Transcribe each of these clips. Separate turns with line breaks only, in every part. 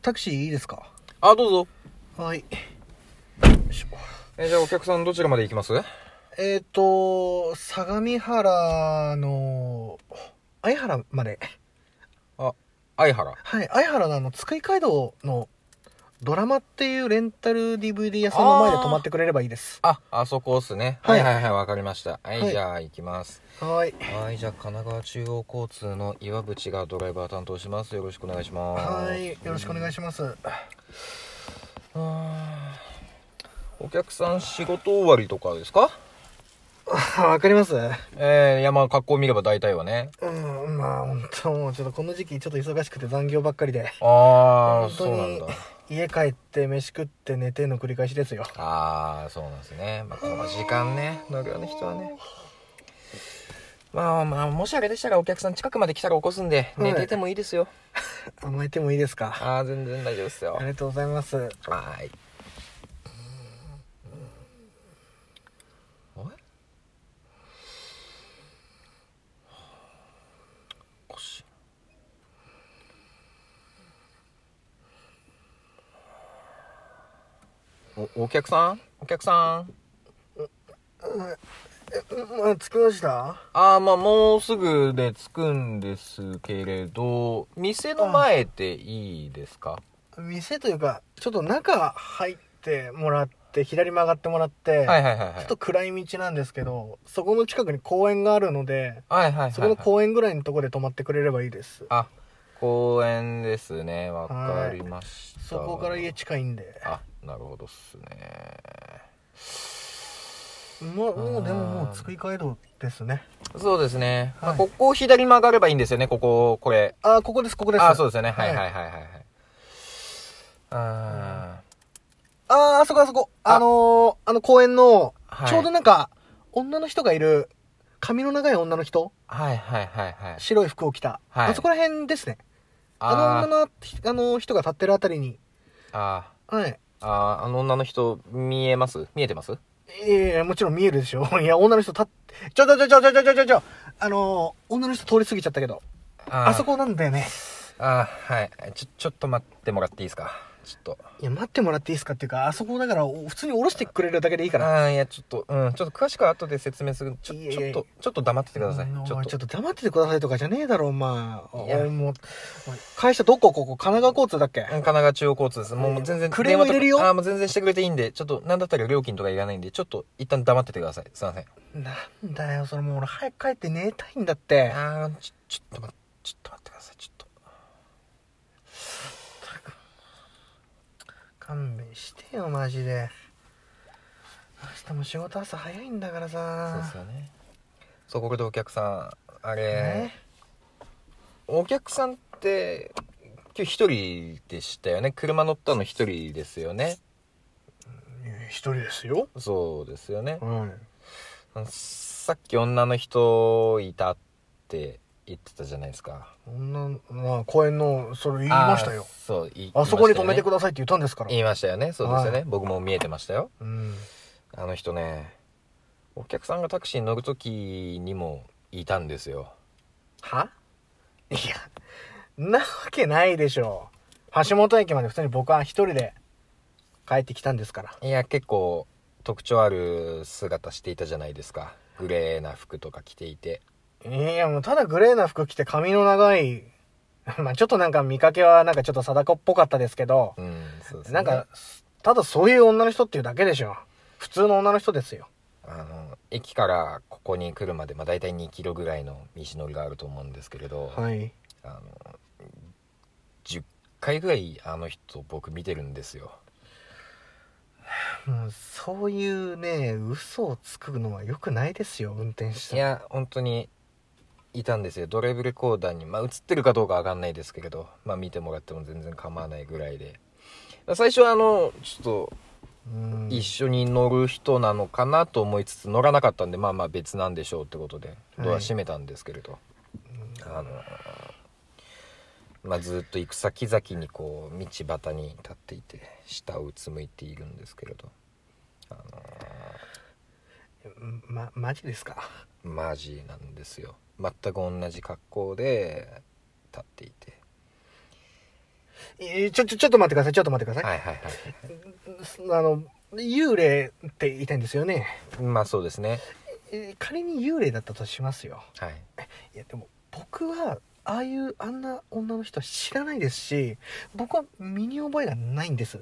タクシーいいですか
あ、どうぞ。
はい。よいしょ
えじゃあお客さんどちらまで行きます
えっ、ー、と、相模原の、相原まで。
あ、相原。
はい、相原のあの、津久井街道のドラマっていうレンタル DVD 屋さんの前で泊まってくれればいいです。
あ、あそこっすね。
は
はいいはいはい、わかりました。はい、
はい
じゃあ行きます。
はい。
はい、じゃあ神奈川中央交通の岩渕がドライバー担当します。よろしくお願いします。
はい、よろしくお願いします。
あーお客さん仕事終わりとかですか
あ わかります
えー、いやまあ格好見れば大体はね。
うん、まあ、本当もうちょっとこの時期ちょっと忙しくて残業ばっかりで。
ああ、
本当
そうなん
に
だ。
家帰って飯食って寝ての繰り返しですよ。
ああ、そうなんですね。まあこの時間ね、農業の人はね。まあまあ、もしあれでしたらお客さん近くまで来たら起こすんで、
はい
寝ててもいいですよ。
甘えてもいいですか
ああ、全然大丈夫ですよ
あ。りがとうございます。
はーい。あれおかしいなおお客さんお客さん
まあ、着きました
ああまあもうすぐで着くんですけれど店の前でいいですか
店というかちょっと中入ってもらって左曲がってもらって、
はいはいはいはい
ちょっと暗い道なんですけどそこの近くに公園があるので
はいはいはいはい
そこの公園ぐらいのとこで泊まってくれればいいです、
あ公園ですねわかりました
そこから家近いんで
あなるほどっすね
もうも
あ
う
ー
でももう津久井街道ですね
そうですね、まあ
はい
ここを左曲がればいいんですよねこここれ
ああここですここです
あそうですよねはい
はい
はいはいはいはいあ
あーあそこあそこ
あ
あのー、あの公園の、
はい
ちょうどなんか女の人がいる髪の長い女の人
ーはいはいはいはい
白い服を着た、
はい
あそこら辺ですねあの
あー
女のあの人が立ってるあたりに
あ
はい
ーあーあの女の人見えます見えてます
いやいや、もちろん見えるでしょ。 いや、女の人立って、ちょちょちょちょちょちょちょちょちょ、あのー、女の人通り過ぎちゃったけど、
あ
あ
ー
そこなんだよね。
あーはいちょちょっと待ってもらっていいですかちょっと
いや、待ってもらっていいですかっていうか、あそこだから、お普通に降ろしてくれるだけでいいから。
ああいやちょっとうんちょっと詳しくは後で説明するちょ
いや
ち
いや
ょっ
いや
とちょっと黙っててください
うんお前
ち
ち
ょ
ょ
っ
っ
と
と黙っててくださいとかじゃねえだろ、お前。お
いや
前もう、お前会社どこここ、神奈川交通だっけ
神奈川中央交通です。もうもう全然。
クレーム入れるよ
電話とかあーもう全然してくれていいんで、ちょっと、なんだったら料金とかいらないんで、ちょっと、一旦黙っててください。すいません。
なんだよ、それもう俺早く帰って寝たいんだって。
あー、ちょ、ちょっと待って、ちょっと待ってください。ちょっと。
勘弁してよ、マジで。明日も仕事朝早いんだから
そうで
さ
す。よね。そう、ここでお客さん、
ね
あれ、お客さんって、今日一人でしたよね。車乗ったの一人ですよね。
いや一人ですよ。
そうですよね。
はい。
さっき女の人いたって言ってたじゃないですか。
女まあ公園のそれ言いましたよ
あー。そう、言い
あそこに止めて
だ
くださいって言ったんですから。
言いましたよねそうですよね、
はい
僕も見えてましたよ
うん。
あの人ねお客さんがタクシーに乗る時にもいたんですよ
はいや、なわけないでしょう。橋本駅まで普通に僕は一人で帰ってきたんですから。
いや結構特徴ある姿していたじゃないですかグレーな服とか着ていて
いや、もうただグレーな服着て髪の長い、 まあちょっとなんか見かけはなんかちょっと貞子っぽかったですけど、
うんそうですね
なんか、ただそういう女の人っていうだけでしょ。普通の女の人ですよ。
あの駅からここに来るまで、まあ、大体2キロぐらいの道のりがあると思うんですけれど、
はい。
あの10回ぐらいあの人僕見てるんですよ
もうそういうね、嘘をつくのは良くないですよ、運転し
い
て。
や本当にいたんですよドライブレコーダーにまあ映ってるかどうかわかんないですけれどまあ見てもらっても全然構わないぐらいで最初はあのちょっ
うん
と一緒に乗る人なのかなと思いつつ乗らなかったんでまあまあ別なんでしょうってことでドア閉めたんですけれど、あのまあずっと行く先々にこう道端に立っていて下をうつむいているんですけれど
ま、マジですか
マジなんですよ全く同じ格好で立っていて
いちょ、ちょ、ちょっと待ってください、ちょっと待ってください。
はいはいは
あの、幽霊って言いたいんですよね。
いまあそうですね
え仮に幽霊だったとしますよ。
はい
いや、でも、僕は、ああいう、あんな女の人は知らないですし、僕は身に覚えがないんです。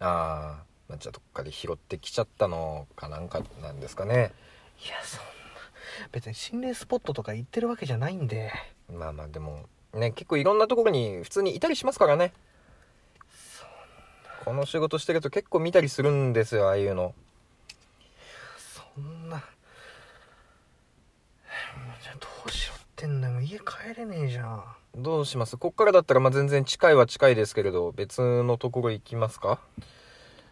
ああまあじゃあどっかで拾ってきちゃったのかなんかなんですかね
いや、そんな、別に心霊スポットとか行ってるわけじゃないんで、
まあまあでもね結構いろんなところに普通にいたりしますからねこの仕事してると結構見たりするんですよああいうの
そんな。じゃあどうしろってんだよ、もう家帰れねえじゃん。
どうしますこっからだったらまあ全然近いは近いですけれど別のところ行きますか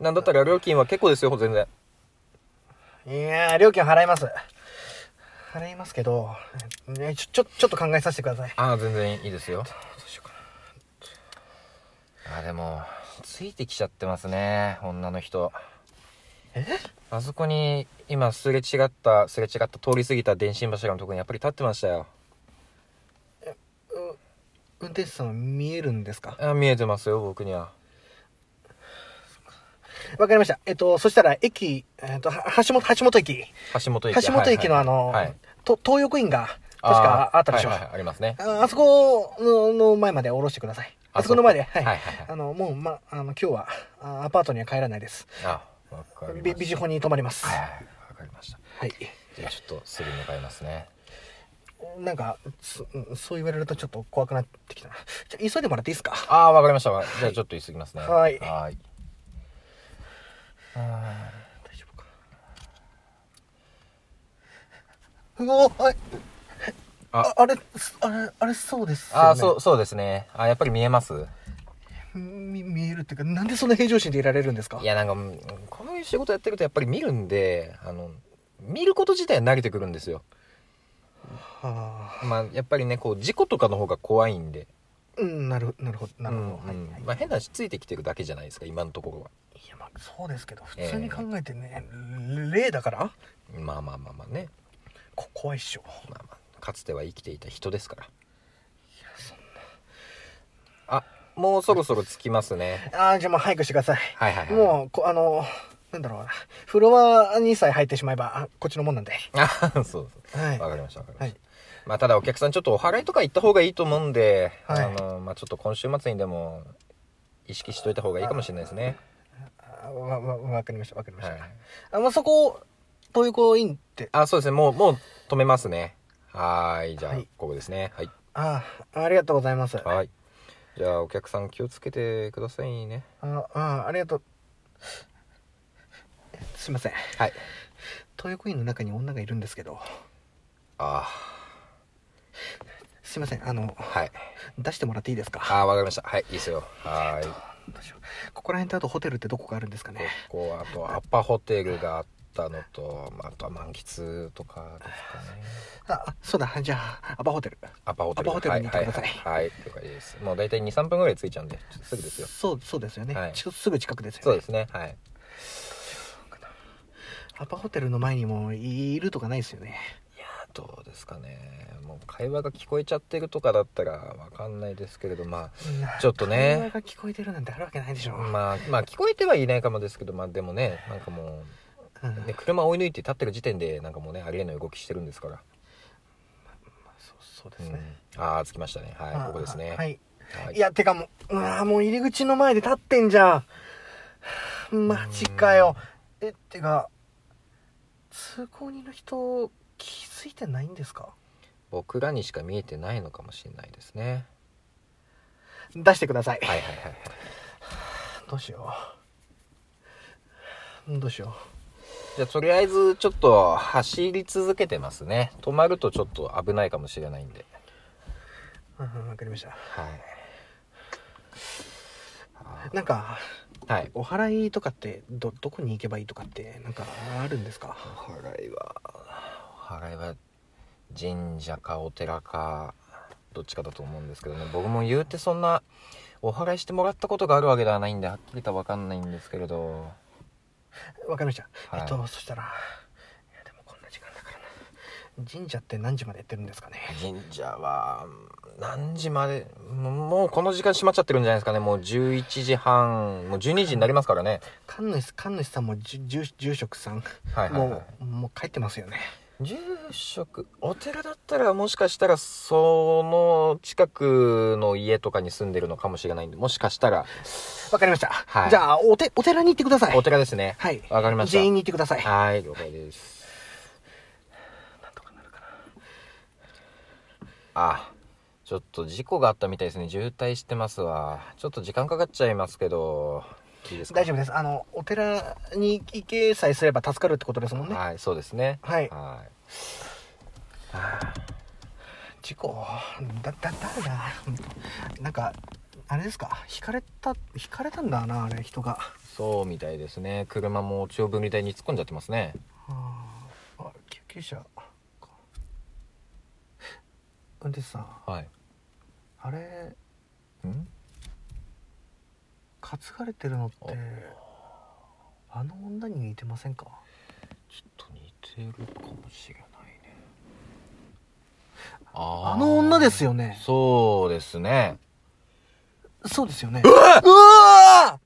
なんだったら料金は結構ですよ全然
いやー、料金払います。払いますけど、ね、ちょ、ちょ、ちょっと考えさせてください。
ああ全然いいですよ
どうしようか
あでもついてきちゃってますね女の人
な。え
あそこに今すれ違ったすれ違った通り過ぎた電信柱のところにやっぱり立ってましたよ
運転手さん見えるんですか
あ見えてますよ僕には
わかりました。えっと、そしたら駅、えっと、は橋本、橋本駅。
橋本駅
橋本駅の
は
あ
いはい
の、
はい
と東横インが、確かあったでしょ。
ー
あ,、
はいはいはいありますね
あそこのの前まで降ろしてください。あそこの前で、はい。
はいはいはい
あの、もう、ま、あの、今日は、あアパートには帰らないです。
あわかりま
ビ
し
ビジホに泊まります。
たはい
は
はいわかりました
い。
じゃあちょっとすぐ向かいますね
なんか、そそう言われるとちょっと怖くなってきたな。ちょ急いでもらっていいですか
ああ、わかりました。わじゃあちょっと言い過ぎますね。
はい
はい。あ
大丈夫か。うおはい。あ
あ
あれ、すあれ、あれそうです、
ーあー、そう、そうですね。あーやっぱり見えます
う。み見えるっていうか、なんでそんな平常心でいられるんですか
いや、なんか、うんこの仕事やってるとやっぱり見るんで、あの、見ること自体は慣れてくるんですよ。
はあ、
まあ、やっぱりね、こう、事故とかの方が怖いんで。
うん、なる、なるほど、なるほど。
うんうん
はいはい
まあ、変な話ついてきてるだけじゃないですか、今のところは。
いや、まあ、そうですけど、普通に考えてね、霊だから、
まあまあまあまあね。
こ怖いっしょ。
まあまあ、かつては生きていた人ですから。
そん
あ、もうそろそろ着きますね。
なあーじゃあもう早くしてください。
はいはいはい。
もう、こあの、なんだろうな。フロアにさえ入ってしまえば、あこっちのもんなんで。
あ そうそう。
はい
わかりました、わかりま
は
し
い
た。。まあ、ただお客さんちょっとお払いとか行った方がいいと思うんで、
はい
あの、まあ、ちょっと今週末にでも、意識しといた方がいいかもしれないですね。
あわ、わ、わかりました、わかりました。
はい。
あ、まあ、そこ、東横インって、
あ、そうですね。もう、もう止めますね。はーい。じゃあ、
はい
ここですね。はい。
ああ、ありがとうございます。あ
はい。じゃあ、お客さん気をつけてくださいね。
あ、ありがとう。すいません。
はい。
東横インの中に女がいるんですけど、
あ
すいません、あの
あ、、はい。
出してもらっていいですか
ああ、わかりました。はい、いいですよ。はーい。
どうしようここら辺とあとホテルってどこがあるんですかね。
ここ、あと、アッパホテルがあったのと、まああとは満喫とかですかね。
あ、あそうだ、じゃあ、アパホテル。
アパホテル
アパホテルに行ってください
はい、はいはい了解ですもう大体23分ぐらい着いちゃうんでちょっとすぐですよ
そう、そうですよね。
はい
ちょすぐ近くですよね。
そうですねはい
アパホテルの前にもいるとかないですよね。
いやーどうですかねもう会話が聞こえちゃってるとかだったらわかんないですけれどまちょっとね
会話が聞こえてるなんてあるわけないでし
あ
ょ。
まあまあ聞こえてはいないかもですけどまあでもねなんかも
うん
う、ね、車追い抜いて立ってる時点でなんかもうねありえない動きしてるんですから、
そうそうで
う
す
ん
ね。、
ああ着きましたねは
あ
いここですね
はい。
はい
いや、てかもう、うわーもう入り口の前で立ってんじゃん。マジかよ。え、てか、通行人の人、気づいてないんですか
僕らにしか見えてないのかもしれないですね
出してください。
はいはいはいはい
どうしよう。どうしよ
じゃあとりあえずちょっと走り続けてますね止まるとちょっと危ないかもしれないんで
う。うんわかりました。
はい
なんか、
はい
お祓いとかって、ど、どこに行けばいいとかって、なんか、あるんですか
お祓いはお祓いは神社かお寺かどっちかだと思うんですけどね僕も言うてそんなお祓いしてもらったことがあるわけではないんではっきりとは分かんないんですけれど
わかりました。
はい
えっと、そしたら、いや、でもこんな時間だからな。神社って何時までやってるんですかね
神社はうん何時までもうもうこの時間閉まっちゃってるんじゃないですかねもう11時半もう12時になりますからね
神主神主さんもじゅ住住職さん、
はいはい、は
もうもう帰ってますよね
い、住職お寺だったらもしかしたらその近くの家とかに住んでるのかもしれないんでもしかしたら
わかりました、
はい
じゃあおてお寺に行ってください
お寺ですね
はい
わかりました
全員に行ってください
はい了解ですあちょっと事故があったみたいですね渋滞してますわちょっと時間かかっちゃいますけどいいですか
大丈夫ですあのお寺に行けさえすれば助かるってことですもんね
はいそうですね
はい
はい
事故だだ誰だなんかあれですか引かれた引かれたんだなあれ人が
そうみたいですね車も中央分離帯に突っ込んじゃってますね
あーあ救急車運転手さん
はい
あれ
ん
担がれてるのってあの女に似てませんか
ちょっと似てるかもしれないねあ
あの女です
よ
よね
そうですね
そうですよね
うわ